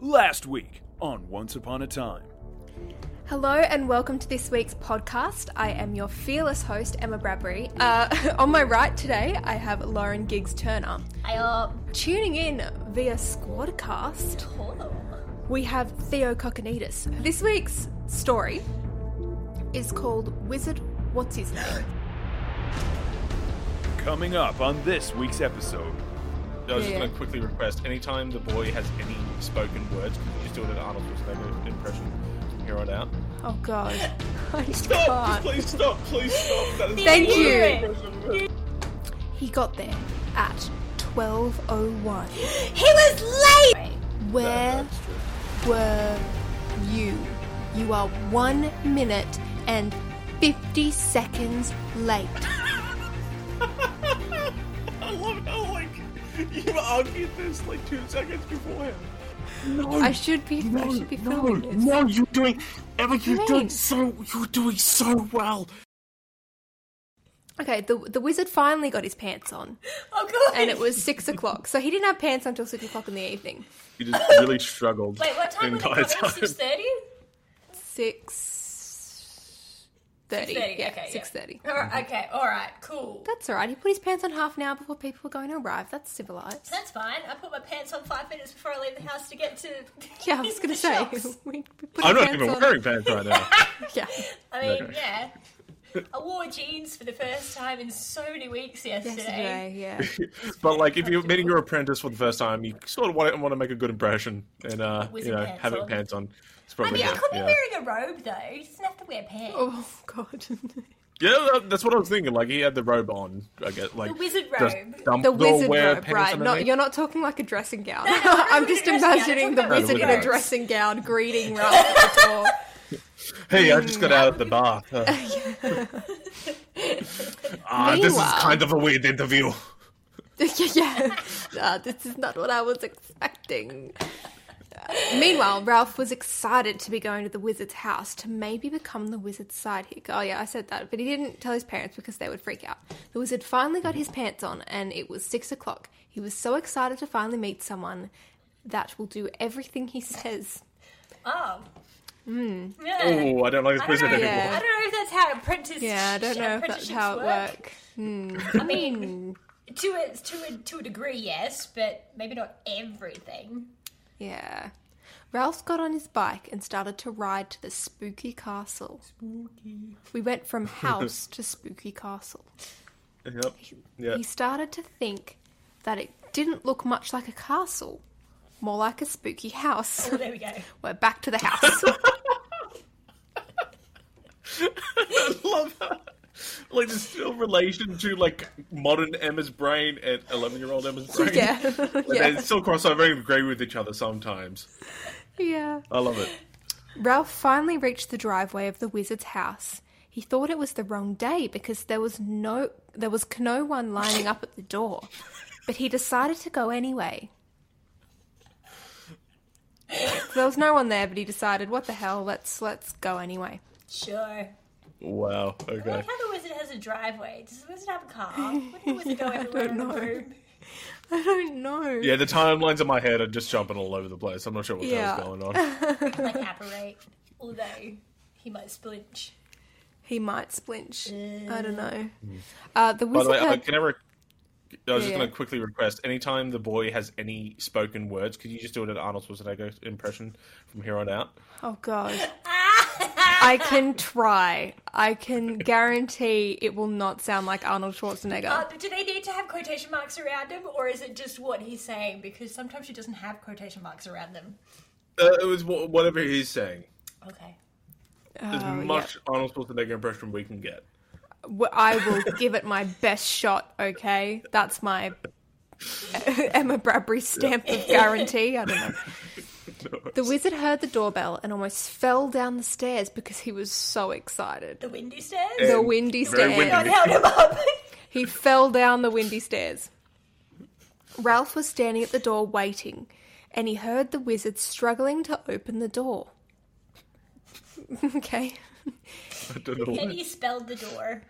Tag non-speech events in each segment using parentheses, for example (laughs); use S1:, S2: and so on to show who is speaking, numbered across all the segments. S1: Last week on Once Upon a Time.
S2: Hello and welcome to this week's podcast. I am your fearless host, Emma Bradbury. Uh, (laughs) on my right today, I have Lauren Giggs Turner.
S3: I uh,
S2: Tuning in via Squadcast,
S3: hello.
S2: we have Theo Kokkinidis. This week's story is called Wizard What's His Name?
S1: Coming up on this week's episode.
S4: I was just
S2: Yeah.
S4: going to quickly request anytime the boy has any spoken words, could you just do it an Arnold Schwarzenegger impression from here on out?
S2: Oh god. I
S4: Stop! (laughs) Just
S2: can't.
S4: please stop! Please stop! That is
S2: Thank
S4: the worst
S2: you.
S4: impression.
S2: He got there at 12.01.
S3: He was late.
S4: (laughs)
S2: Where
S4: That's true.
S2: were you? You are one minute and 50 seconds late.
S4: I love how, like, you argued this, like, two seconds beforehand.
S2: (laughs) I should be, I should be filming this.
S5: No, you're doing, Emma. You're
S2: doing
S5: doing so. You're doing so well.
S2: Okay, the, the wizard finally got his pants on,
S3: Oh god.
S2: and it was six o'clock. So he didn't have pants until six o'clock in the evening.
S4: You just really struggled.
S3: Wait, what time
S4: the
S3: were they
S4: entire
S3: coming? Six thirty.
S2: Six thirty.
S3: Thirty.
S2: Yeah,
S3: okay.
S2: six thirty. Mm-hmm.
S3: All right, okay. All right. Cool.
S2: That's all right. He put his pants on half an hour before people were going to arrive. That's civilized.
S3: That's fine. I put my pants on five minutes before I leave the house to get to.
S2: (laughs) Yeah, I was (laughs) going
S3: the
S2: to say.
S3: shops.
S2: We, we put
S4: I'm
S2: our
S4: not
S2: pants
S4: even
S2: on.
S4: wearing pants right now.
S2: Yeah.
S3: I mean,
S4: Okay.
S3: yeah. I wore jeans for the first time in so many weeks yesterday.
S2: Yesterday, yeah.
S4: But like, if you're meeting your apprentice for the first time, you sort of want to, want to make a good impression and uh,
S3: With
S4: you know,
S3: pants
S4: having
S3: on.
S4: pants on. It's
S3: I
S4: probably
S3: mean,
S4: good,
S3: I could be
S4: yeah.
S3: wearing a robe though. He doesn't have to wear
S2: (laughs)
S3: pants.
S2: Oh, God. (laughs)
S4: Yeah, that- that's what I was thinking. Like, he had the robe on. I guess, like
S3: The wizard
S4: does
S3: robe.
S4: Dumbledore
S2: the wizard
S4: wear
S2: robe,
S4: pants
S2: right? Not,
S4: underneath?
S2: you're not talking like a dressing gown.
S3: no, I'm
S2: (laughs)
S3: not
S2: I'm
S3: talking
S2: just
S3: dressing gown. I'm
S2: imagining
S3: talking
S2: the
S3: about
S2: wizard in a
S4: robes.
S2: dressing gown greeting right at the
S3: (laughs)
S2: door. (laughs)
S4: Hey, I just got out of the bath. huh? (laughs) Ah, this is
S2: Meanwhile-
S4: kind of a weird interview.
S2: yeah, uh, this is not what I was expecting. Meanwhile, Ralph was excited to be going to the wizard's house to maybe become the wizard's sidekick. Oh, yeah, I said that, but he didn't tell his parents because they would freak out. The wizard finally got his pants on, and it was six o'clock. He was so excited to finally meet someone that will do everything he says.
S3: Oh.
S2: Hmm.
S3: Yeah.
S4: Oh, I don't like this
S3: I don't,
S4: prison
S3: know,
S4: anymore.
S2: Yeah.
S3: I don't know if that's how apprentice.
S2: Yeah, I don't know if that's how it (laughs) works.
S3: I mean, to a to a to a degree, yes, but maybe not everything.
S2: Yeah. Ralph got on his bike and started to ride to the spooky castle. Spooky. We went from house to spooky castle.
S4: Yep. Yeah.
S2: He started to think that it didn't look much like a castle, more like a spooky house.
S3: (laughs) Oh, there we go.
S2: We're back to the house. (laughs)
S4: love that. Like there's still relation to like modern Emma's brain and eleven year old Emma's
S2: (laughs)
S4: brain.
S2: yeah.
S4: But
S2: (laughs) yeah.
S4: They still cross over and agree with each other sometimes.
S2: Yeah.
S4: I love it.
S2: Ralph finally reached the driveway of the wizard's house. He thought it was the wrong day because there was no there was no one lining up at the door. But he decided to go anyway. So there was no one there, but he decided, what the hell, let's let's go anyway.
S3: Sure.
S4: Wow.
S3: I
S4: Okay.
S3: like how the wizard has a driveway. Does the wizard have
S2: (laughs)
S3: a car? Wouldn't the wizard go everywhere
S2: don't
S3: in the
S2: know.
S3: room?
S2: (laughs) I don't know.
S4: Yeah, the timelines in my head are just jumping all over the place. I'm not sure what the
S2: Yeah.
S4: hell's going
S2: (laughs)
S4: on.
S3: Like apparate. Although he might splinch.
S2: He might splinch. I don't know. Uh,
S4: By the
S2: the wizard
S4: way, I
S2: had-
S4: can I, re- I was
S2: Yeah,
S4: just
S2: yeah.
S4: going to quickly request anytime the boy has any spoken words, could you just do it an Arnold Schwarzenegger impression from here on out?
S2: Oh (laughs) god. I can try. I can guarantee it will not sound like Arnold Schwarzenegger.
S3: Uh, but do they need to have quotation marks around him, or is it just what he's saying? Because sometimes he doesn't have quotation marks around them.
S4: Uh, it was wh- whatever he's saying.
S3: Okay.
S4: As
S2: Oh, yeah.
S4: much Arnold Schwarzenegger impression we can get.
S2: Well, I will give it my best shot, okay? That's my (laughs) Emma Bradbury stamp of guarantee. I don't know. The wizard heard the doorbell and almost fell down the stairs because he was so excited.
S3: The windy stairs.
S2: The
S4: And
S2: windy Oh,
S4: very
S2: stairs.
S3: God
S4: Eh. windy.
S3: held him up. (laughs)
S2: He fell down the windy stairs. Ralph was standing at the door waiting, and he heard the wizard struggling to open the door. (laughs) okay.
S4: I don't know
S3: and
S4: why.
S3: he spelled the door.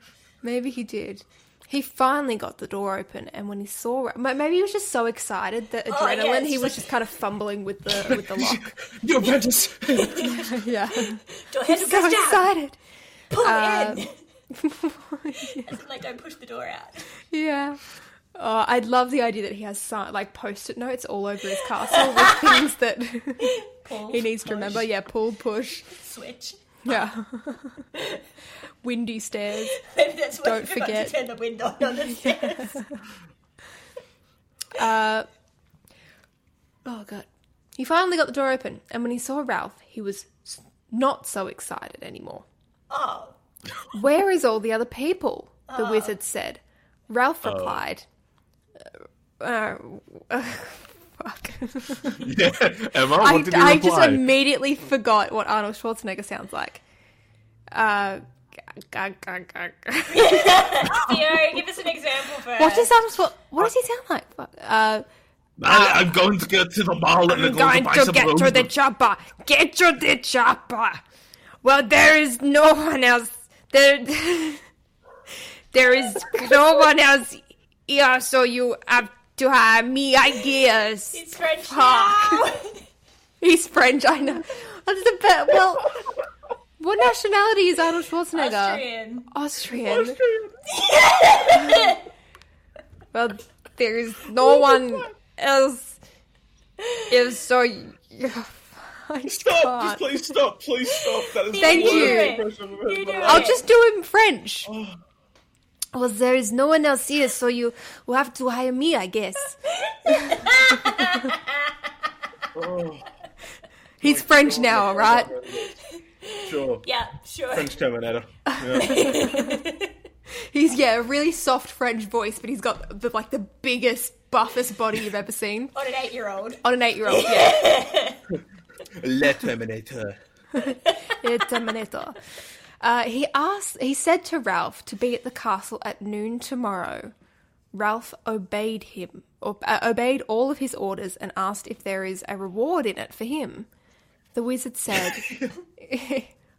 S2: Maybe he did. He finally got the door open, and when he saw, ma- maybe he was just so excited that
S3: yeah,
S2: adrenaline.
S3: it's
S2: he was
S3: like-
S2: just kind of fumbling with the (laughs) with the lock.
S6: Your apprentice!
S2: yeah,
S3: Door handle
S2: so
S3: goes down.
S2: excited.
S3: Pull
S2: Uh,
S3: (laughs) in. like don't push the door out.
S2: (laughs) Yeah. Oh, I'd love the idea that he has some, like post-it notes all over his castle with things that
S3: Pull.
S2: he needs to remember. Yeah, pull, push.
S3: Switch. (laughs)
S2: Yeah. Windy stairs.
S3: Maybe that's why
S2: Don't
S3: you forgot
S2: forget.
S3: to turn the window on
S2: (laughs)
S3: the stairs.
S2: Uh, Oh god. He finally got the door open, and when he saw Ralph, he was s- not so excited anymore.
S3: Oh,
S2: Where is all the other people? The
S4: Ah.
S2: wizard said. Ralph
S4: Oh.
S2: replied, uh, uh, (laughs) fuck.
S4: (laughs) Yeah, Emma, what
S2: I,
S4: did you
S2: I
S4: reply?
S2: just immediately forgot what Arnold Schwarzenegger sounds like. Uh, gah, gah, gah, gah.
S3: Theo, give us an example
S2: (laughs)
S3: first.
S2: what does Arnold Schwar- What does he sound like? Fuck. Uh,
S4: I, am going to go to the mall and
S2: I'm going
S4: buy
S2: to
S4: some
S2: get to
S4: roses.
S2: the chopper. Get to the chopper. Well, there is no one else. There, (laughs) there is no one else here, so you have to have me, I guess.
S3: It's French
S2: (laughs) Fuck.
S3: now.
S2: He's French, I know. That's the best. Well, what nationality is Arnold Schwarzenegger? (laughs)
S3: Austrian.
S2: Austrian. well, there is no one else. If so, you-
S4: Stop!
S2: I
S4: Just
S2: can't.
S4: please stop! Please stop! That is
S2: Thank
S4: the worst
S2: you.
S4: impression I've ever
S3: You do
S4: heard.
S3: it.
S2: I'll just do it in French. Well, there is no one else here, so you will have to hire me, I guess.
S4: Oh,
S2: He's French now, all right?
S4: Sure.
S3: Yeah, sure.
S4: French Terminator.
S2: He's yeah, a really soft French voice, but he's got the, like the biggest, buffest body you've ever seen
S3: On an eight-year-old.
S2: on an eight-year-old. Yeah,
S4: Le Terminator.
S2: it's Terminator. Uh, he asked. He said to Ralph to be at the castle at noon tomorrow. Ralph obeyed him, or, uh, obeyed all of his orders, and asked if there is a reward in it for him. The wizard said,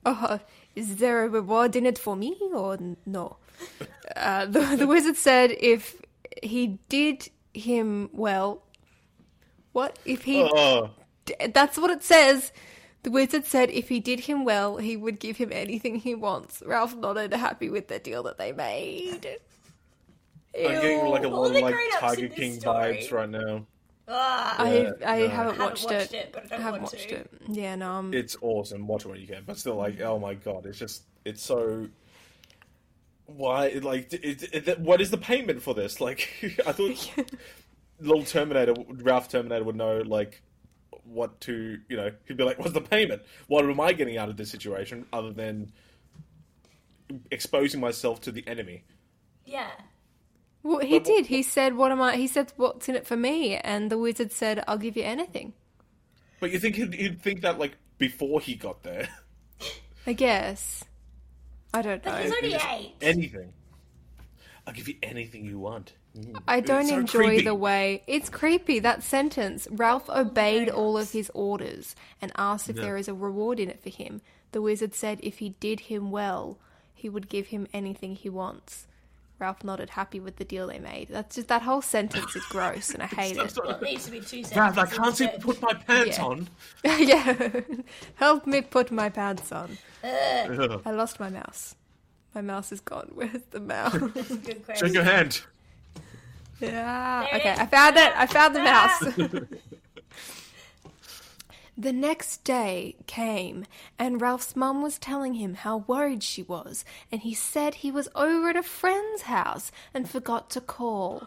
S2: "Oh, is there a reward in it for me, or n- no?" Uh, the, the wizard said, "If he did him well, what if he?
S4: Oh,
S2: d- That's what it says." The wizard said, "If he did him well, he would give him anything he wants." Ralph nodded, happy with the deal that they made.
S4: I'm getting like a
S3: All
S4: lot of
S3: the
S4: like
S3: grown-ups
S4: Tiger
S3: in this
S4: King
S3: story.
S4: vibes right now.
S3: Ah,
S2: I
S4: Yeah,
S2: I
S4: no.
S2: haven't watched, it.
S3: but I
S2: I
S3: don't
S2: haven't
S3: want
S2: watched
S3: to.
S2: it. Yeah, no. I'm-
S4: It's awesome. Watch it when you can, but still, like, oh my god, it's just it's so. Why, like, it, it, it- what is the payment for this? Like, (laughs) I thought little Terminator, Ralph Terminator would know, like, what to, you know, he'd be like, what's the payment? What am I getting out of this situation other than exposing myself to the enemy?
S3: Yeah.
S2: (laughs) Well, he did. He said, "What am I?" He said, "What's in it for me?" And the wizard said, "I'll give you anything."
S4: But you think he'd, he'd think that, like, before he got there? (laughs)
S2: I guess. I don't
S3: But
S2: know.
S3: he's only eight.
S4: Anything. I'll give you anything you want.
S2: I don't
S4: so
S2: enjoy
S4: creepy.
S2: the way it's creepy. That sentence. Ralph obeyed all of his orders and asked if there is a reward in it for him. The wizard said, "If he did him well, he would give him anything he wants." Ralph nodded, happy with the deal they made. That's just that whole sentence is
S4: (laughs)
S2: gross, and I hate it. (laughs)
S3: It needs to be two sentences.
S4: Dad, I can't seem to
S3: but-
S4: put my pants
S2: Yeah.
S4: on.
S2: yeah. (laughs) Help me put my pants on. I lost my mouse. My mouse is gone. (laughs) Where's the mouse?
S3: Good
S4: Shake
S3: question.
S4: your hand.
S2: yeah.
S3: There it
S2: Okay,
S3: is.
S2: I found it. I found the mouse. (laughs) the next day came, and Ralph's mum was telling him how worried she was, and he said he was over at a friend's house and forgot to call.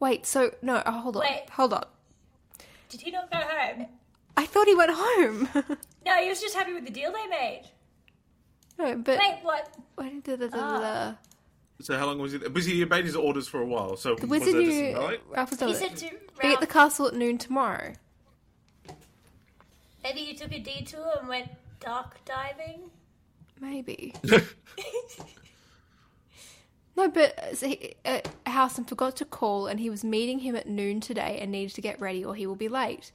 S2: Wait, so no, oh, hold on.
S3: Wait.
S2: Hold on.
S3: Did he not go home?
S2: I thought he went home. (laughs)
S3: No, he was just happy with the deal they made.
S2: no, but
S3: Wait, Ah. what?
S2: wait, da, da, da, da, da.
S4: So how long was he? there? Was he obeyed his orders for a while? So
S2: The
S4: was
S2: wizard
S4: there just
S2: knew.
S4: a night?
S2: Ralph was
S3: He
S2: done
S3: said
S2: it.
S3: to
S2: Be at the
S3: Ralph,
S2: castle at noon tomorrow.
S3: maybe you took a detour and went dark diving? (laughs)
S2: Maybe. No, but uh, so he, uh, Howson forgot to call, and he was meeting him at noon today, and needed to get ready, or he will be late.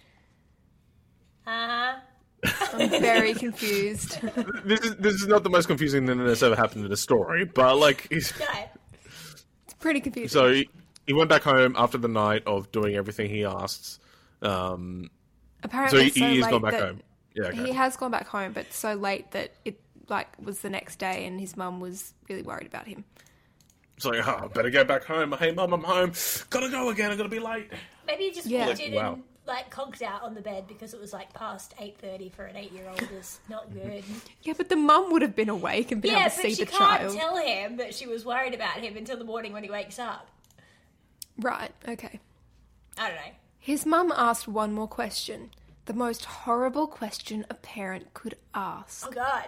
S3: Uh-huh.
S2: I'm
S3: (laughs)
S2: very confused.
S4: this is this is not the most confusing thing that's ever happened in a story, but like, it's-
S3: No.
S2: Pretty confusing.
S4: So he, he went back home after the night of doing everything he asks. Um, so
S2: Apparently,
S4: he,
S2: it's
S4: he is
S2: late
S4: gone back
S2: that-
S4: home. Yeah, okay.
S2: He has gone back home, but so late that it like was the next day, and his mum was really worried about him.
S4: It's like, oh, better go back home. Hey, mum, I'm home. Gotta go again. I'm gonna be late.
S3: Maybe you just
S2: Yeah.
S3: walked
S2: Like,
S3: in
S4: wow.
S3: and like conked out on the bed because it was like past eight thirty for an eight-year-old is not good.
S2: Yeah, but the mum would have been awake and been
S3: yeah,
S2: able to
S3: but
S2: see
S3: she
S2: the
S3: can't
S2: child.
S3: tell him that she was worried about him until the morning when he wakes up.
S2: Right. Okay.
S3: I don't know.
S2: His mum asked one more question. The most horrible question a parent could ask.
S3: Oh God.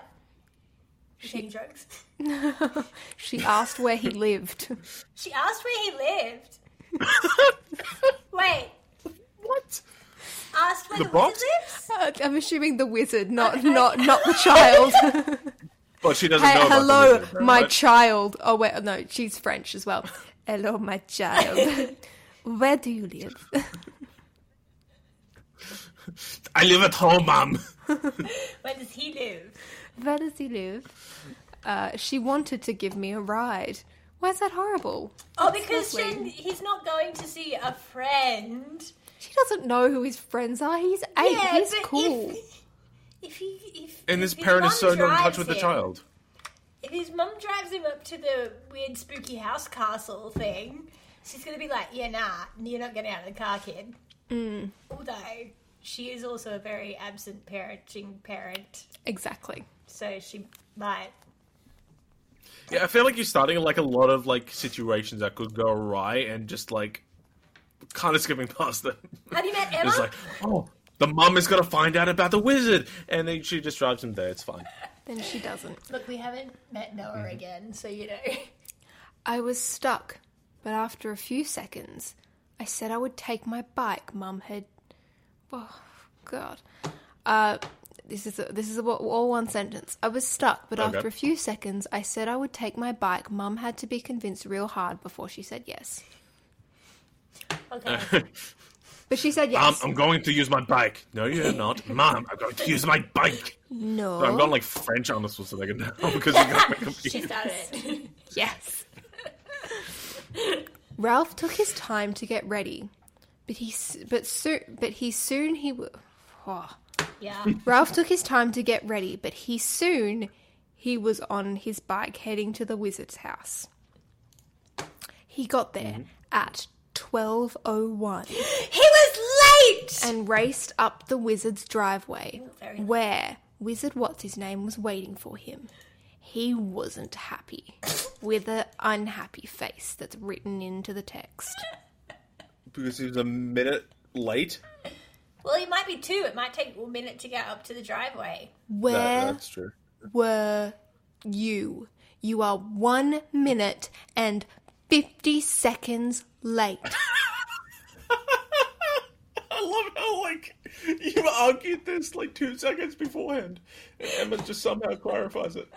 S3: She taking drugs.
S2: (laughs) She asked where he (laughs) lived.
S3: She asked where
S2: (laughs)
S3: he lived. Wait,
S4: What?
S3: asked where
S4: The
S3: the,
S4: box?
S3: wizard lives?
S2: Uh, I'm assuming the wizard, (laughs) not not not the (laughs) child.
S4: Well, she doesn't
S2: Hey,
S4: know. about the
S2: hello,
S4: wizard,
S2: my
S4: right?
S2: child. Oh wait, no, she's French as well. (laughs) Hello, my child. (laughs) Where do you live?
S4: I live at home, mum.
S3: Where does he live?
S2: (laughs) Where does he live? Uh, she wanted to give me a ride. Why is that horrible?
S3: Oh, because
S2: lovely.
S3: she, he's not going to see a friend.
S2: She doesn't know who his friends are. He's eight.
S3: Yeah,
S2: He's
S3: but if-
S2: cool.
S3: (laughs) If he, if
S4: And
S3: if
S4: this parent is
S3: mum
S4: so not in touch
S3: drives
S4: with the
S3: him-
S4: child.
S3: If his mum drives him up to the weird spooky house castle thing, she's gonna be like, "Yeah, nah, you're not getting out of the car, kid." Although she is also a very absent parenting parent,
S2: Exactly.
S3: so she might.
S4: Yeah, I feel like you're starting like a lot of like situations that could go awry and just like kind of skipping past them.
S3: Have you met Emma?
S4: it's like, oh, the mum is gonna find out about the wizard, and then she just drives him there. It's fine. (laughs)
S2: Then she doesn't.
S3: Look, we haven't met Noah again, so you know.
S2: I was stuck, but after a few seconds, I said I would take my bike. Mum had. Oh, God. Uh, this is a, this is a, all one sentence. I was stuck, but
S4: Okay.
S2: after a few seconds, I said I would take my bike. Mum had to be convinced real hard before she said yes.
S3: Okay.
S2: But she said
S4: Um,
S2: yes.
S4: I'm going to use my bike. No, you're not, mum. I'm going to use my bike.
S2: no.
S4: I've gone like French on this one so they can now (laughs) because you're gonna make them
S3: she
S4: eat.
S3: started it.
S2: Yes. Ralph took his time to get ready, but he s- but soon but he soon he w- oh.
S3: yeah.
S2: Ralph took his time to get ready, but he soon he was on his bike heading to the wizard's house. He got there
S3: Mm-hmm.
S2: at 12:01
S3: He was late.
S2: and raced up the wizard's driveway
S3: very nice.
S2: where wizard what's his name was waiting for him. He wasn't happy with an unhappy face that's written into the text.
S4: because he was a minute late.
S3: Well, he might be two. It might take a minute to get up to the driveway.
S2: Where
S4: that's true.
S2: were you? You are one minute and 50 seconds late.
S4: I love how like you argued this like two seconds beforehand, and Emma just somehow clarifies it.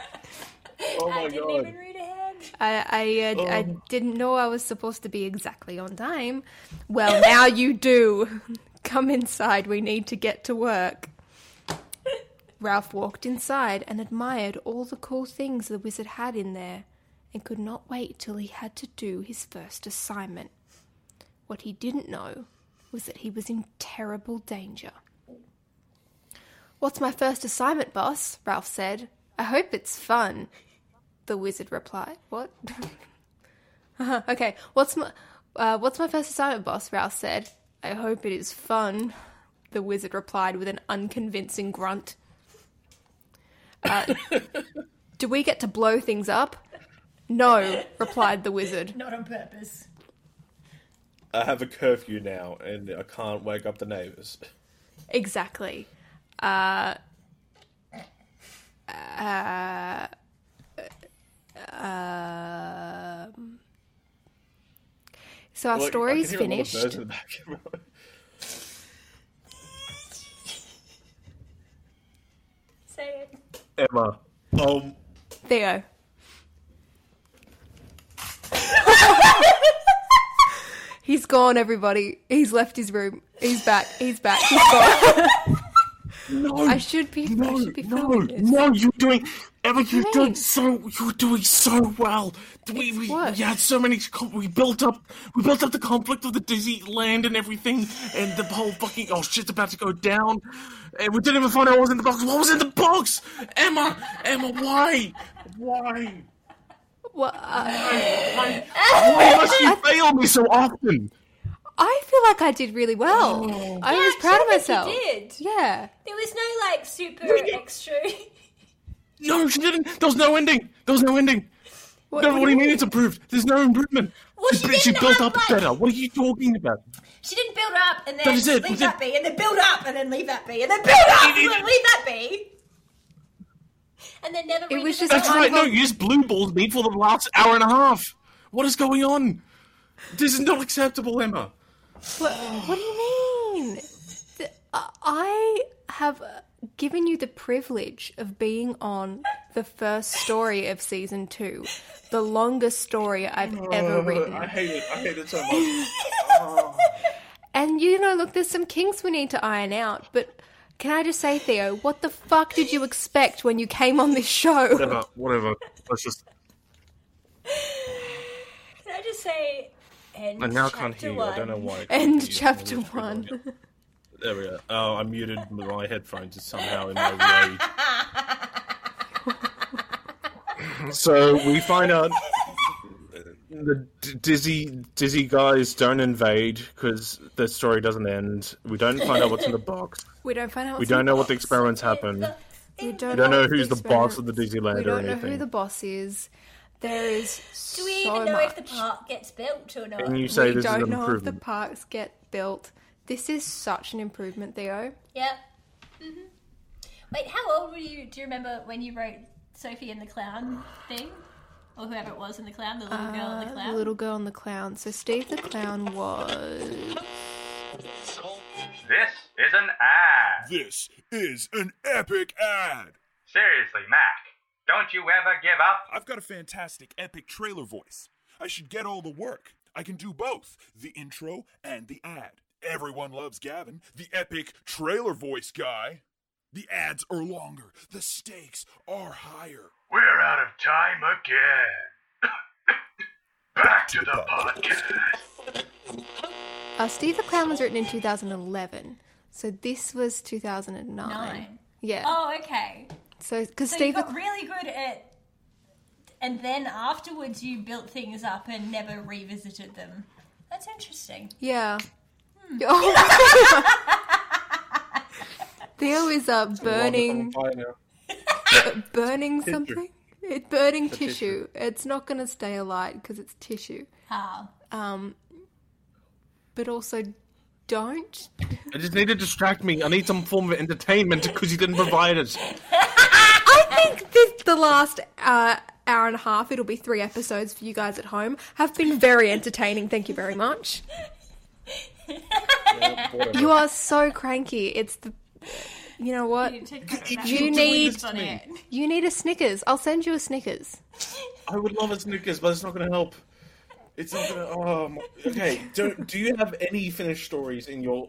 S4: Oh
S3: I
S4: my
S3: didn't even
S4: god!
S3: read ahead.
S2: I, I, uh, I didn't know I was supposed to be exactly on time. Well, now you do. (laughs) Come inside, we need to get to work. Ralph walked inside and admired all the cool things the wizard had in there and could not wait till he had to do his first assignment. What he didn't know was that he was in terrible danger. What's my first assignment, boss? Ralph said. I hope it's fun. The wizard replied. What? (laughs) Uh-huh, okay. What's my uh, What's my first assignment, boss? Ralph said. I hope it is fun. The wizard replied with an unconvincing grunt.
S4: (laughs)
S2: Uh, do we get to blow things up? No, replied the wizard.
S3: Not on purpose.
S4: I have a curfew now, and I can't wake up the neighbors.
S2: Exactly. Uh, Uh, uh, uh, um. So our
S4: Like, I
S2: story
S4: can
S2: is
S4: hear all the birds
S2: finished.
S4: in the background.
S3: Say it.
S4: Emma, um,
S2: Theo. He's gone, everybody. He's left his room. He's back. He's back. He's gone.
S7: No,
S2: (laughs) I should be. I
S7: no,
S2: should be
S7: no,
S2: filming this.
S7: no, you're doing
S4: Emma, you're
S2: do you mean?
S4: doing so you're doing so well. We we,
S2: worked.
S4: we had so many co- we built up we built up the conflict of the dizzy land and everything and the whole fucking oh shit's about to go down. And we didn't even find out what was in the box. What was in the box? Emma Emma, why? Why?
S2: Well, uh,
S4: Why, why must you fail me so often?
S2: I feel like I did really well. I was
S3: Yeah,
S2: proud of
S3: I
S2: myself.
S3: think you did.
S2: Yeah.
S3: There was no like super extra. (laughs)
S4: No, she didn't. There was no ending. There was no ending.
S2: What,
S4: No,
S2: what
S4: what do you mean
S2: mean?
S4: it's improved? There's no improvement.
S3: Well, she
S4: bu-
S3: didn't
S4: built
S3: have,
S4: up
S3: like-
S4: better. What are you talking about?
S3: She didn't build up and then
S4: That is it,
S3: leave
S4: was
S3: that
S4: it-
S3: be, and then build up and then leave that be, and then build up and then leave that be. And then never.
S2: It was
S3: revisit
S2: just
S4: That's
S2: kind
S4: right.
S2: of
S4: No,
S2: a-
S4: you just blue balls me for the last hour and a half. What is going on? This is not acceptable, Emma.
S2: What, what do you mean? Th- I- uh, I have uh, given you the privilege of being on the first story of season two, the longest story I've ever
S7: Oh,
S8: I
S2: written.
S8: hate it. I hate it so much.
S2: And you know, look, there's some kinks we need to iron out, but can I just say, Theo, what the fuck did you expect when you came on
S4: (laughs)
S2: this show?
S4: Whatever. Whatever. Let's just.
S3: Can I just say? End
S4: I now
S3: chapter
S4: can't hear you.
S3: One.
S4: I don't know why.
S2: End
S4: Confused.
S2: chapter
S4: Which
S2: one.
S4: There we go. Oh, I muted my headphones somehow in
S2: (laughs)
S4: my rage. so we find out the d- dizzy dizzy guys don't invade because the story doesn't end. We don't find out what's in the box.
S2: We don't find out.
S4: We don't know what the experiments happen.
S2: We don't,
S4: We don't know
S2: what
S4: who's the boss of the
S2: experiment- We
S4: Disneyland or
S2: don't know who
S4: anything.
S2: the boss is. There is
S3: Do we
S2: so
S3: even know
S2: much.
S3: if the park gets built or not?
S4: And you say
S2: we
S4: this is
S2: don't
S4: an
S2: know if the
S4: improvement.
S2: parks get built. This is such an improvement, Theo.
S3: Yeah. hmm Wait, how old were you? Do you remember when you wrote Sophie and the Clown thing? Or whoever it was in the clown, the little girl in the
S2: The
S3: clown.
S2: Uh, little girl and the clown. So Steve the clown was
S9: This is an ad.
S10: This is an epic ad.
S9: Seriously, Mac, don't you ever give up?
S10: I've got a fantastic epic trailer voice. I should get all the work. I can do both the intro and the ad. Everyone loves Gavin, the epic trailer voice guy. The ads are longer, the stakes are higher.
S9: We're out of time again. (coughs) Back to the podcast.
S2: uh, Steve the clown was written in 2011. So this was 2009.
S3: Nine.
S2: Yeah.
S3: Oh, okay.
S2: So because
S3: So
S2: Steve
S3: you
S2: the
S3: got really good at. And then afterwards, you built things up and never revisited them. That's interesting.
S2: Yeah. (laughs) Oh. Theo is uh, burning
S8: Wonderful. Bye now.
S2: burning something. It burning tissue. It's not going to stay alight because it's tissue. Um,
S3: How?
S2: But also, don't.
S4: I just need to distract me. I need some form of entertainment because you didn't provide it.
S2: I think this, the last uh, hour and a half, it'll be three episodes for you guys at home, have been very entertaining. Thank you very much. You are so cranky. It's the. You know what?
S3: You took that back.
S2: You
S4: doing
S2: need
S4: this to
S3: on (laughs)
S4: me?
S3: it.
S2: you need a Snickers. I'll send you a Snickers.
S4: I would love a Snickers, but it's not going to help.
S8: It's not gonna. Oh, my, okay. Do do you have any finished stories in your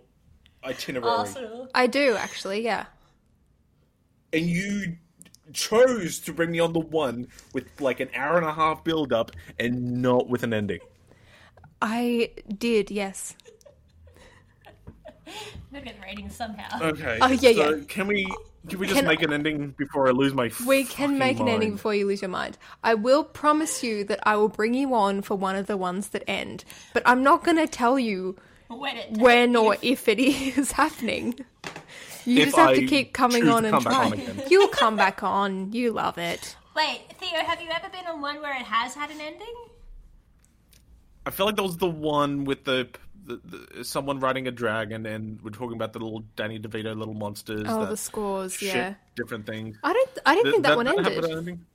S8: itinerary?
S3: Arsenal.
S2: I do actually. Yeah.
S8: And you chose to bring me on the one with like an hour and a half build up and not with an ending.
S2: I did, yes.
S3: We're getting ratings somehow. (laughs)
S4: Okay.
S2: Oh, yeah,
S4: so
S2: yeah.
S4: Uh, Can we can we just
S2: Can-
S4: make an ending before I lose my?
S2: We can make an ending before you lose your mind. I will promise you that I will bring you on for one of the ones that end, but I'm not going to tell you
S3: when it
S2: when or if it (laughs) is happening. You
S4: If
S2: just have
S4: I
S2: to keep coming
S4: choose
S2: on
S4: to
S2: and
S4: come back
S2: try.
S4: on again.
S2: You'll come back on. You love it.
S3: Wait, Theo, have you ever been on one where it has had an
S2: (laughs)
S3: ending?
S4: I feel like that was the one with the, the, the someone riding a dragon, and we're talking about the little Danny DeVito little monsters.
S2: Oh,
S4: that
S2: the scores,
S4: shit,
S2: yeah.
S4: different things.
S2: I don't. I didn't think that, one
S4: have an
S2: ended.
S4: ending?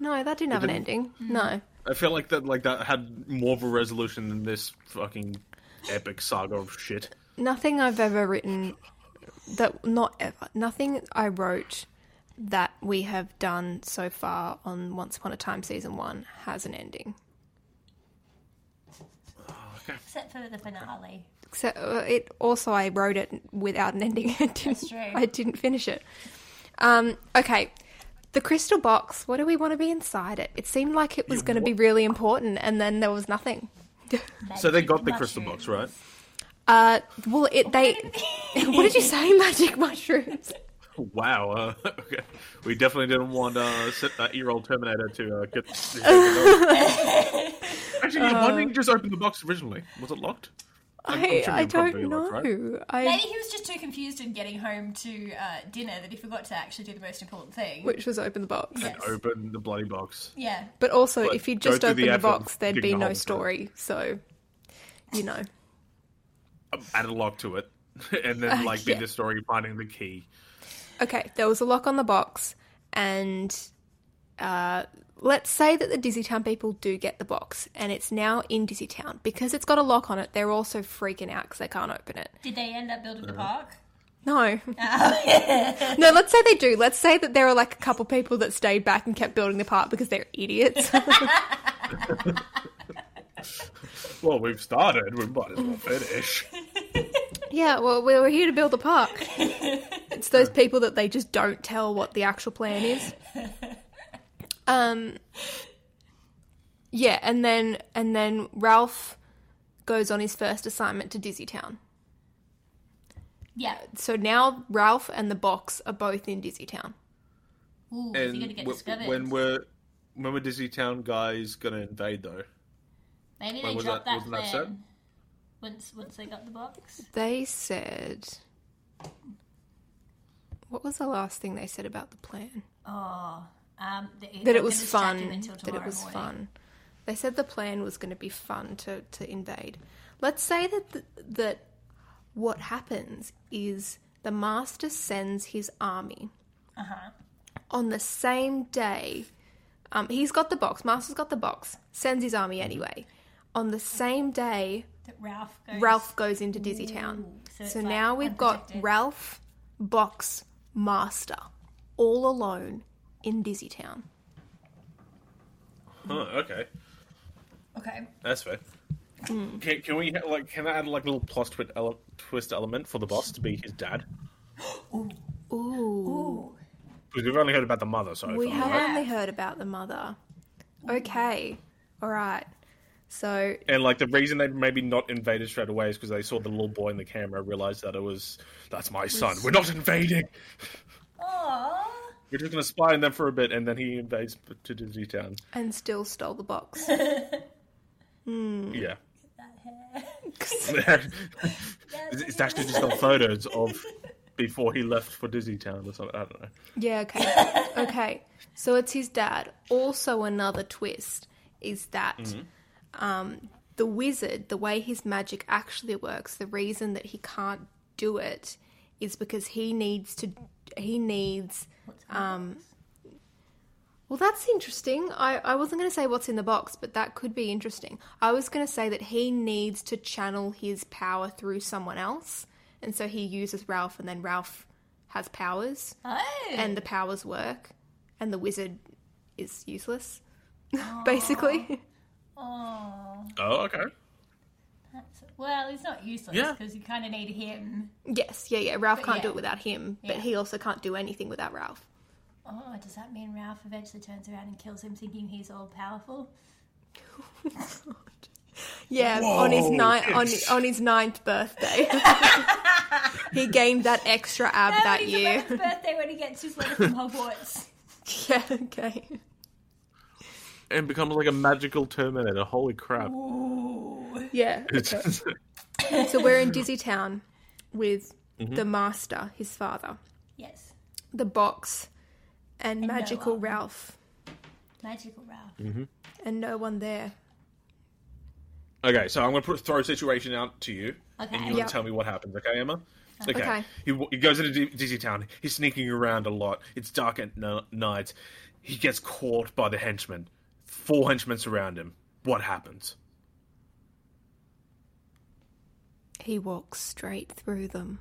S2: no, that didn't have an
S4: uh, didn't?
S2: ending. No.
S4: I feel like that like that had more of a resolution than this fucking epic saga of shit.
S2: nothing I've ever written that not ever nothing I wrote that we have done so far on Once Upon a Time season one has an ending.
S3: Except for the finale.
S2: So uh, it also I wrote (laughs) it without an ending. I didn't,
S3: true.
S2: I didn't finish it. Um, okay, The crystal box, what do we want to be inside it? It seemed like it was going to be really important, and then there was nothing.
S4: So they got the crystal box, right?
S2: Uh, well, it they. (laughs) what did you say? Magic mushrooms.
S4: Wow. Uh, (laughs) okay. We definitely didn't want uh, sit, uh, eight-year-old Terminator to uh, get.
S3: (laughs)
S4: Actually, why
S3: Uh.
S4: didn't you just open the box originally? Was it locked?
S2: I,
S4: sure
S2: I
S4: you'll probably
S2: don't know.
S4: look, right?
S2: I
S3: Maybe he was just too confused in getting home to uh, dinner that he forgot to actually do the most important thing.
S2: which was open the box.
S3: Yes.
S4: Open the bloody box.
S3: Yeah.
S2: But also,
S4: But
S2: if you
S4: go
S2: just
S4: through
S2: opened
S4: the
S2: the,
S4: effort
S2: box,
S4: of
S2: there'd
S4: digging
S2: be
S4: a hole
S2: no
S4: through it.
S2: story. So, you know.
S4: Uh, Add a lock to it, (laughs) and
S3: Uh,
S4: then like be
S2: yeah.
S4: the story finding the key.
S2: Okay, there was a lock on the box, and uh, let's say that the Dizzy Town people do get the box, and it's now in Dizzy Town because it's got a lock on it. They're also freaking out because they can't open it.
S3: Did they end up building the
S4: Uh-huh.
S3: park?
S2: No, (laughs) no. Let's say they do. Let's say that there are like a couple people that stayed back and kept building the park because they're idiots.
S4: Well, we've started. We might as
S3: (laughs)
S4: well finish.
S2: yeah, well, we were here to build the park. It's those people that they just don't tell what the actual plan is. Um, yeah, and then and then Ralph goes on his first assignment to Dizzy Town.
S3: Yeah.
S2: So now Ralph and the box are both in Dizzy Town.
S3: Ooh, is he
S4: and
S3: going to get
S4: w-
S3: discovered?
S4: when we're when were Disney Town guys gonna invade though?
S3: Maybe
S4: Wait,
S3: they
S4: was
S3: dropped
S4: that-
S3: that,
S4: wasn't that
S3: plan.
S4: said?
S3: Once, once they got the box.
S2: They said, "What was the last thing they said about the plan?
S3: Oh, um, that,
S2: That it was fun. That it was fun. They said the plan was going to be fun to to invade. Let's say that th- that what happens is the master sends his army
S3: Uh-huh.
S2: on the same day. Um, he's got the box. Master's got the box. Sends his army anyway. On the same day,
S3: That Ralph goes.
S2: Ralph goes into Dizzy Town.
S3: so
S2: So,
S3: it's like
S2: now we've got
S3: unprotected.
S2: Ralph, Box, Master, all alone in Dizzy Town.
S4: Huh, okay.
S3: Okay.
S4: That's fair. Can, can we ha- like? Can I add like a little plot twist, ele- twist element for the boss to be his dad?
S3: (gasps)
S2: Ooh.
S3: Ooh.
S4: Because we've only heard about the mother so
S2: We
S4: far.
S2: have
S3: Yeah.
S2: only heard about the mother. Okay. All right. So,
S4: And like the reason they maybe not invaded straight away is because they saw the little boy in the camera, realized that it was that's my son. We're not invading.
S3: Aww.
S4: We're just gonna spy on them for a bit, and then he invades p- to Disney Town.
S2: and still stole the box.
S4: Yeah. it's it's actually just got photos of before he left for Disney Town or something. I don't know.
S2: yeah, okay. Okay. So it's his dad. Also, another twist is that um, the wizard, the way his magic actually works, the reason that he can't do it is because he needs to. He needs. Um, well, that's interesting. I, I wasn't going to say what's in the box, but that could be interesting. I was going to say that he needs to channel his power through someone else. And so he uses Ralph, and then Ralph has powers,
S3: Oh.
S2: and the powers work, and the wizard is useless, (laughs) basically.
S3: Aww.
S4: Oh, okay.
S3: That's, well, he's not useless
S4: Yeah.
S3: because you kind of need him.
S2: Yes, yeah, yeah. Ralph can't do
S3: yeah.
S2: it without him, but
S3: Yeah.
S2: he also can't do anything without Ralph.
S3: Oh, does that mean Ralph eventually turns around and kills him, thinking he's all powerful?
S2: Yeah, on his ninth on, on his ninth (laughs) birthday, he gained that extra ab
S3: That
S2: that year.
S3: His birthday when he gets his letter from Hogwarts.
S2: (laughs) yeah, okay.
S4: And becomes like a magical Terminator. Holy crap!
S2: Yeah.
S4: It's
S2: So we're in Dizzy Town with the master, his father,
S3: yes.
S2: the box, and, magical
S3: Noah.
S2: Ralph,
S3: Magical Ralph.
S2: and no one there.
S4: Okay, so I'm going to put, throw a situation out to you,
S3: Okay.
S4: and you want
S2: Yeah.
S4: to tell me what happens, okay, Emma? Okay.
S2: Okay.
S4: He, w- he goes into D- Dizzy Town. He's sneaking around a lot. It's dark at n- night. He gets caught by the henchmen. Four henchmen surround him. What happens?
S2: He walks straight through
S3: (laughs)
S2: them.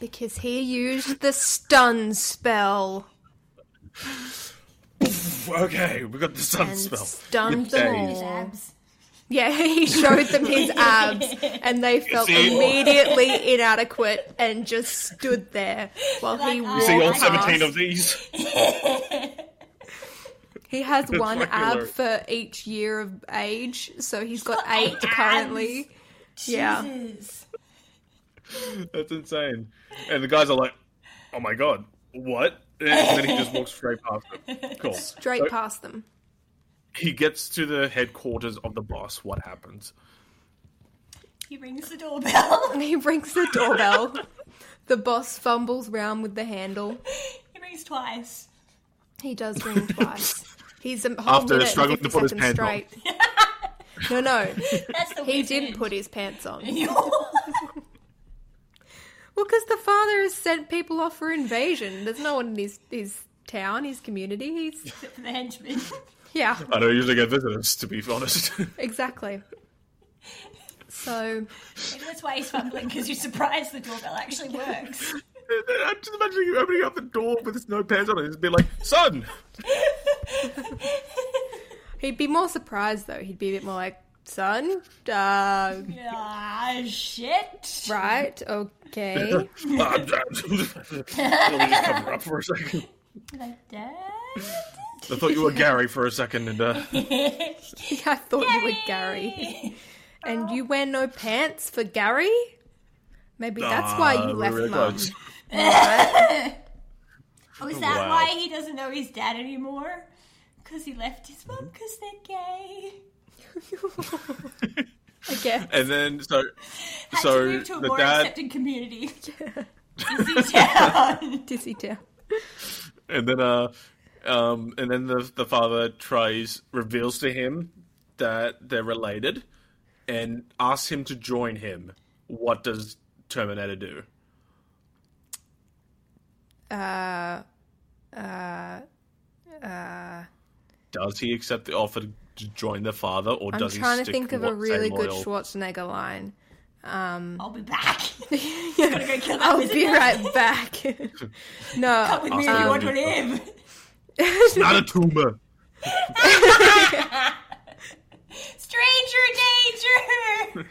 S2: because he used the stun spell
S4: Okay, we got the sun
S2: and
S4: spell.
S2: stunned
S4: Yay.
S2: them all.
S3: Abs.
S2: Yeah, (laughs) he showed them
S3: (laughs)
S2: his abs and they felt
S4: see?
S2: immediately inadequate and just stood there while he
S3: Like, oh
S2: walked
S3: You
S4: See all
S2: past.
S4: 17 of these? (laughs)
S2: He has one
S4: fucking
S2: ab
S4: hilarious.
S2: for each year of age, so he's got
S3: got
S2: eight
S3: eight abs.
S2: currently. Yeah.
S3: Jesus.
S4: That's insane. And the guys are like, oh my god, what? And then he just walks straight past
S2: (laughs)
S4: them. Cool.
S2: Straight
S4: So-
S2: past them.
S4: He gets to the headquarters of the boss. What happens?
S3: He rings the doorbell. (laughs)
S2: (laughs) He rings the doorbell. the boss fumbles round with the handle.
S3: he rings twice.
S2: He does ring twice. He's a whole
S4: After
S2: minute and
S4: struggling to
S2: 50
S4: put his
S2: seconds
S4: pants
S2: straight. (laughs) No, no,
S3: That's the
S2: he
S3: wizard.
S2: did (laughs)
S3: (laughs)
S2: put his pants on.
S3: That's
S2: Well, because the father has sent people off for invasion. There's no one in his, his town, his community. He's
S3: the henchman.
S2: yeah,
S4: I don't usually get visitors, to be honest. (laughs)
S2: exactly. So
S3: Maybe that's why he's fumbling because you're surprised the doorbell
S2: (laughs)
S3: actually works.
S4: I'm just imagining you opening up the door with his no pants on and just be like,
S2: (laughs)
S4: son!
S2: he'd be more surprised though. He'd be a bit more like, "Son, uh,
S3: Ah, shit.
S2: right? Okay."
S4: (laughs) Let me just cover up for a second.
S3: Like, Dad?
S4: I thought you were Gary for a second, and uh,
S2: Yeah, (laughs) I thought you were Gary,
S3: Oh.
S2: and you wear no pants for Gary. Maybe that's why
S4: uh,
S2: you
S4: we're
S2: left,
S4: really
S2: Mum. (laughs)
S4: close.
S3: Oh, is that
S4: Wow.
S3: why he doesn't know his dad anymore? Because he left his mum because they're gay.
S2: Again,
S4: And then so
S3: Had
S4: So,
S3: to move to a
S4: the
S3: more
S4: dad-
S3: accepted community. Dizzy town.
S2: dizzy town.
S4: and then uh um and then the the father tries reveals to him that they're related and asks him to join him. What does Terminator do? Uh uh uh does he accept the offer to join the father or
S2: I'm
S4: does he
S2: trying to
S4: stick
S2: think of
S4: lo-
S2: a really
S4: stay
S2: good
S4: loyal?
S2: Schwarzenegger
S3: (laughs)
S2: line.
S3: I'll be back.
S2: Yeah.
S3: Gotta go kill that
S2: I'll
S3: wizard
S2: be
S3: now.
S2: right
S3: (laughs)
S2: back. no,
S3: With me if you
S4: Um,
S3: want with him.
S4: not a tumor
S3: Stranger danger.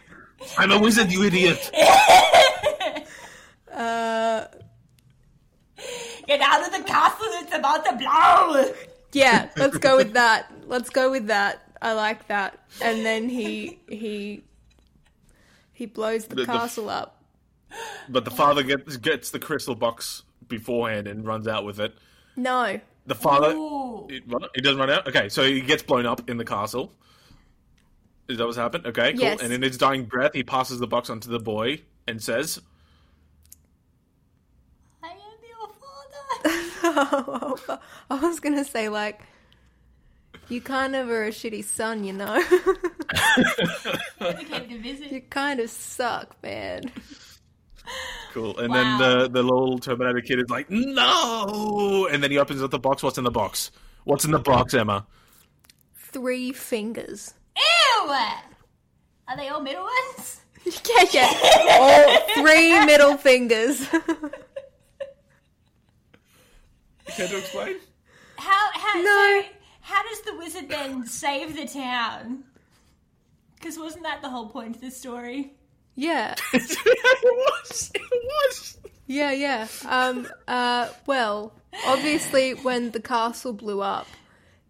S4: i'm a wizard you idiot
S3: Get out of the castle. It's about to blow.
S2: yeah, let's go with that. Let's go with that. I like that. And then he he he blows the,
S4: The- the-
S2: castle up.
S4: But the father gets gets the crystal box beforehand and runs out with it.
S2: No,
S4: The father
S3: Ooh.
S4: it, what? He doesn't run out. Okay, so he gets blown up in the castle. Is that what's happened? Okay, cool.
S2: Yes.
S4: And in his dying breath, he passes the box onto the boy and says,
S3: I am your father.
S2: (laughs) I was gonna say like you kind of are a shitty son, you know.
S3: I came to
S2: you
S3: visit.
S2: kind of suck, man.
S4: "Cool." And
S3: Wow.
S4: then the the little Terminator kid is like, "No!" And then he opens up the box. What's in the box? What's in the box, Emma?
S8: (laughs)
S2: Three fingers.
S3: Ew. Are they all middle ones?
S2: Yeah, yeah. All Oh, three middle fingers. (laughs)
S4: Care to explain?
S3: How? How?
S2: No.
S3: So, how does the wizard then save the town? Because wasn't that the whole point of the story?
S2: yeah.
S4: it was. It was.
S2: Yeah, yeah. Um, uh, well, obviously, when the castle blew up,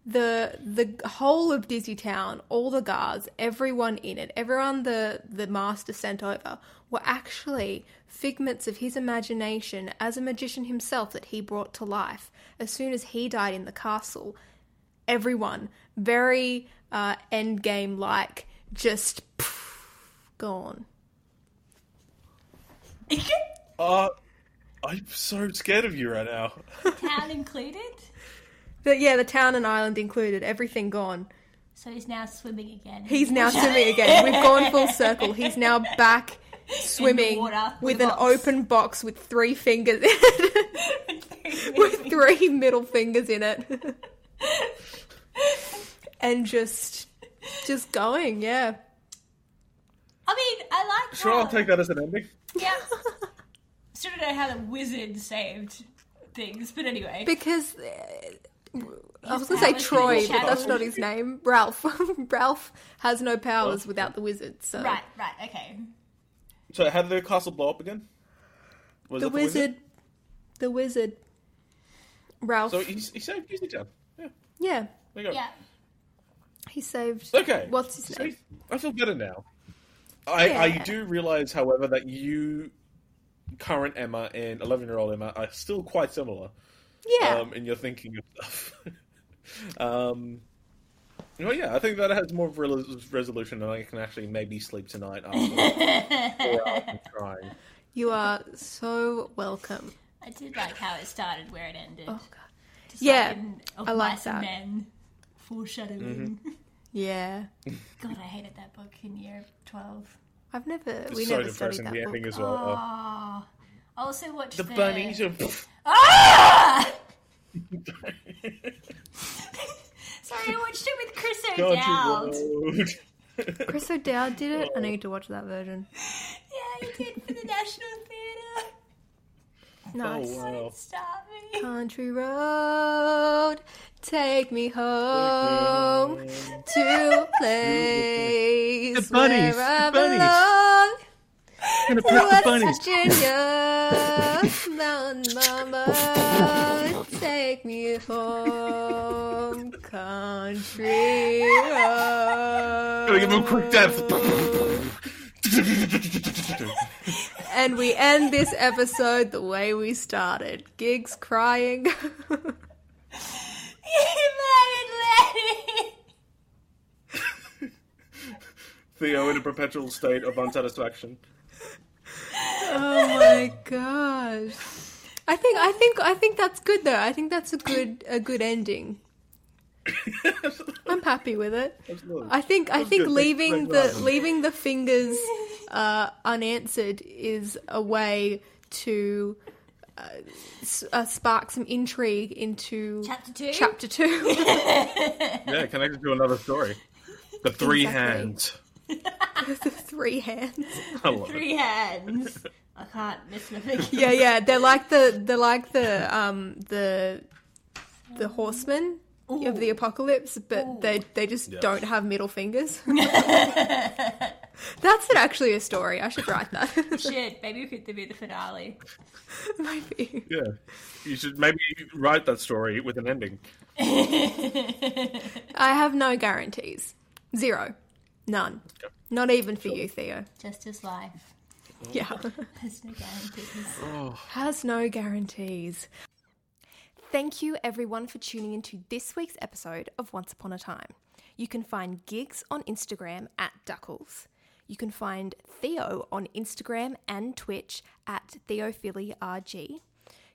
S2: the the whole of Dizzy Town, all the guards, everyone in it, everyone the the master sent over, were actually figments of his imagination as a magician himself that he brought to life. As soon as he died in the castle, everyone, very uh, endgame like, just pff, gone.
S4: Uh, I'm so scared of you right now.
S3: town included.
S2: But yeah, the town and island included, everything gone.
S3: So he's now swimming again.
S2: He's now swimming again. We've gone
S3: (laughs)
S2: full circle. He's now back swimming
S3: water with
S2: with an
S3: a box.
S2: open box with three
S3: (laughs)
S2: fingers in it. with three middle fingers in it. and just just going, yeah.
S3: I mean, I like.
S4: Sure,
S3: how,
S4: I'll take that as an ending.
S3: Yeah. (laughs) Still don't know how the wizard saved things, but anyway,
S2: Because uh, I was going to say
S3: powers
S2: Troy,
S3: being
S2: but that's
S3: shadowed.
S2: not his name. Ralph. (laughs) Ralph has no powers without the wizard. So
S3: Right, right, okay.
S8: So how did the castle blow up again? Was
S2: the
S8: it
S2: wizard, the wizard, Ralph.
S8: So he, he saved Disney Town. Yeah,
S2: yeah,
S8: there you go.
S3: Yeah.
S2: he saved.
S8: Okay.
S2: what's his
S8: So
S2: name?
S8: he- I feel better now. I, I
S2: Yeah.
S8: do realize, however, that you, current Emma and 11 year old Emma, are still quite similar
S2: Yeah,
S8: um, in your thinking of stuff. (laughs) um, well, yeah, I think that has more of a res- resolution, and I can actually maybe sleep tonight after four hours
S2: (laughs)
S8: of trying.
S2: you are so welcome.
S3: I did like how it started, where it ended.
S2: Oh god.
S3: Just
S2: yeah,
S3: in Of
S2: I like
S3: Mice and
S2: that. Mm-hmm.
S3: Men, foreshadowing.
S2: Yeah,
S3: God, I hated that book in year 12.
S2: I've never.
S8: It's
S2: we
S8: so
S2: never studied
S8: depressing,
S2: that
S8: the
S2: book.
S8: ending as well. uh,
S3: Oh, I also watched
S8: the bunnies are.
S3: Ah! (laughs) Sorry, I watched it with Chris
S8: (laughs)
S3: O'Dowd.
S8: Country road.
S2: Chris O'Dowd did it.
S8: Oh.
S2: I need to watch that version.
S3: Yeah, I did for the National Theatre.
S2: Nice.
S8: Oh, wow.
S3: Stop me. (laughs)
S2: Country road, take me
S4: (laughs)
S2: home to a place
S4: The bunnies,
S2: where I
S4: the bunnies.
S2: belong.
S4: Gonna pet the
S2: West
S4: bunnies. (laughs)
S2: Virginia, mountain mama, take me home, country
S4: Gonna give him a
S2: road.
S4: quick death.
S2: And we end this episode the way we started. Gigs crying. (laughs)
S3: Married lady.
S8: Theo in a perpetual state of unsatisfaction.
S2: Oh my gosh. I think I think I think that's good though. I think that's a good a good ending. I'm happy with it.
S8: Absolutely.
S2: I think I
S8: That's
S2: think
S8: good. Thank-
S2: leaving
S8: thank you,
S2: the
S8: Adam.
S2: leaving the fingers uh, unanswered is a way to uh, s- uh, spark some intrigue into
S3: Chapter two?
S2: Chapter two.
S8: Yeah, connected to another story. The three
S2: Exactly.
S8: hands.
S2: The three hands.
S8: I love it.
S3: Three hands. I can't miss my (laughs) figure.
S2: (laughs) Yeah, yeah. They're like the they're like the um the the horsemen of the apocalypse, but they they just don't have middle (laughs) fingers. That's actually a story. I should write that. (laughs)
S3: Shit, maybe we could do the finale.
S2: Maybe.
S8: Yeah. You should maybe write that story with an ending.
S2: I have no guarantees. Zero. None. Not even for you, Theo.
S3: Just as life.
S2: Yeah.
S3: There's no guarantees.
S2: Has no guarantees. Thank you, everyone, for tuning into this week's episode of Once Upon a Time. You can find gigs on Instagram at Duckles. You can find Theo on Instagram and Twitch at TheophillyRG.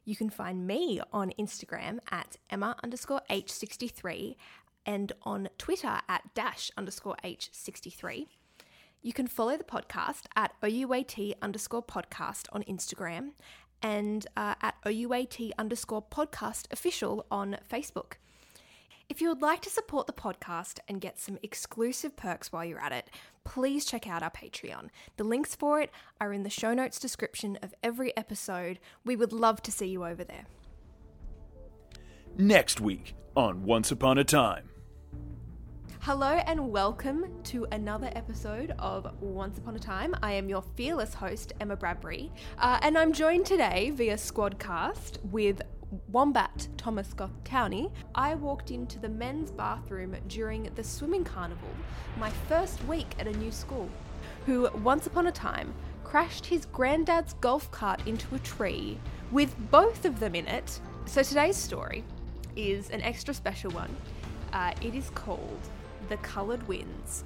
S2: You can find me on Instagram at Emma underscore H63 and on Twitter at dash underscore H63. You can follow the podcast at OUAT underscore podcast on Instagram and uh, at OUAT underscore podcast official on Facebook. If you would like to support the podcast and get some exclusive perks while you're at it, please check out our Patreon. The links for it are in the show notes description of every episode. We would love to see you over there.
S10: Next week on Once Upon a Time.
S2: Hello and welcome to another episode of Once Upon a Time. I am your fearless host, Emma Bradbury, uh, and I'm joined today via Squadcast with Wombat Thomas Goth County. I walked into the men's bathroom during the swimming carnival, my first week at a new school, who once upon a time crashed his granddad's golf cart into a tree with both of them in it. So today's story is an extra special one. Uh, it is called The Coloured Winds.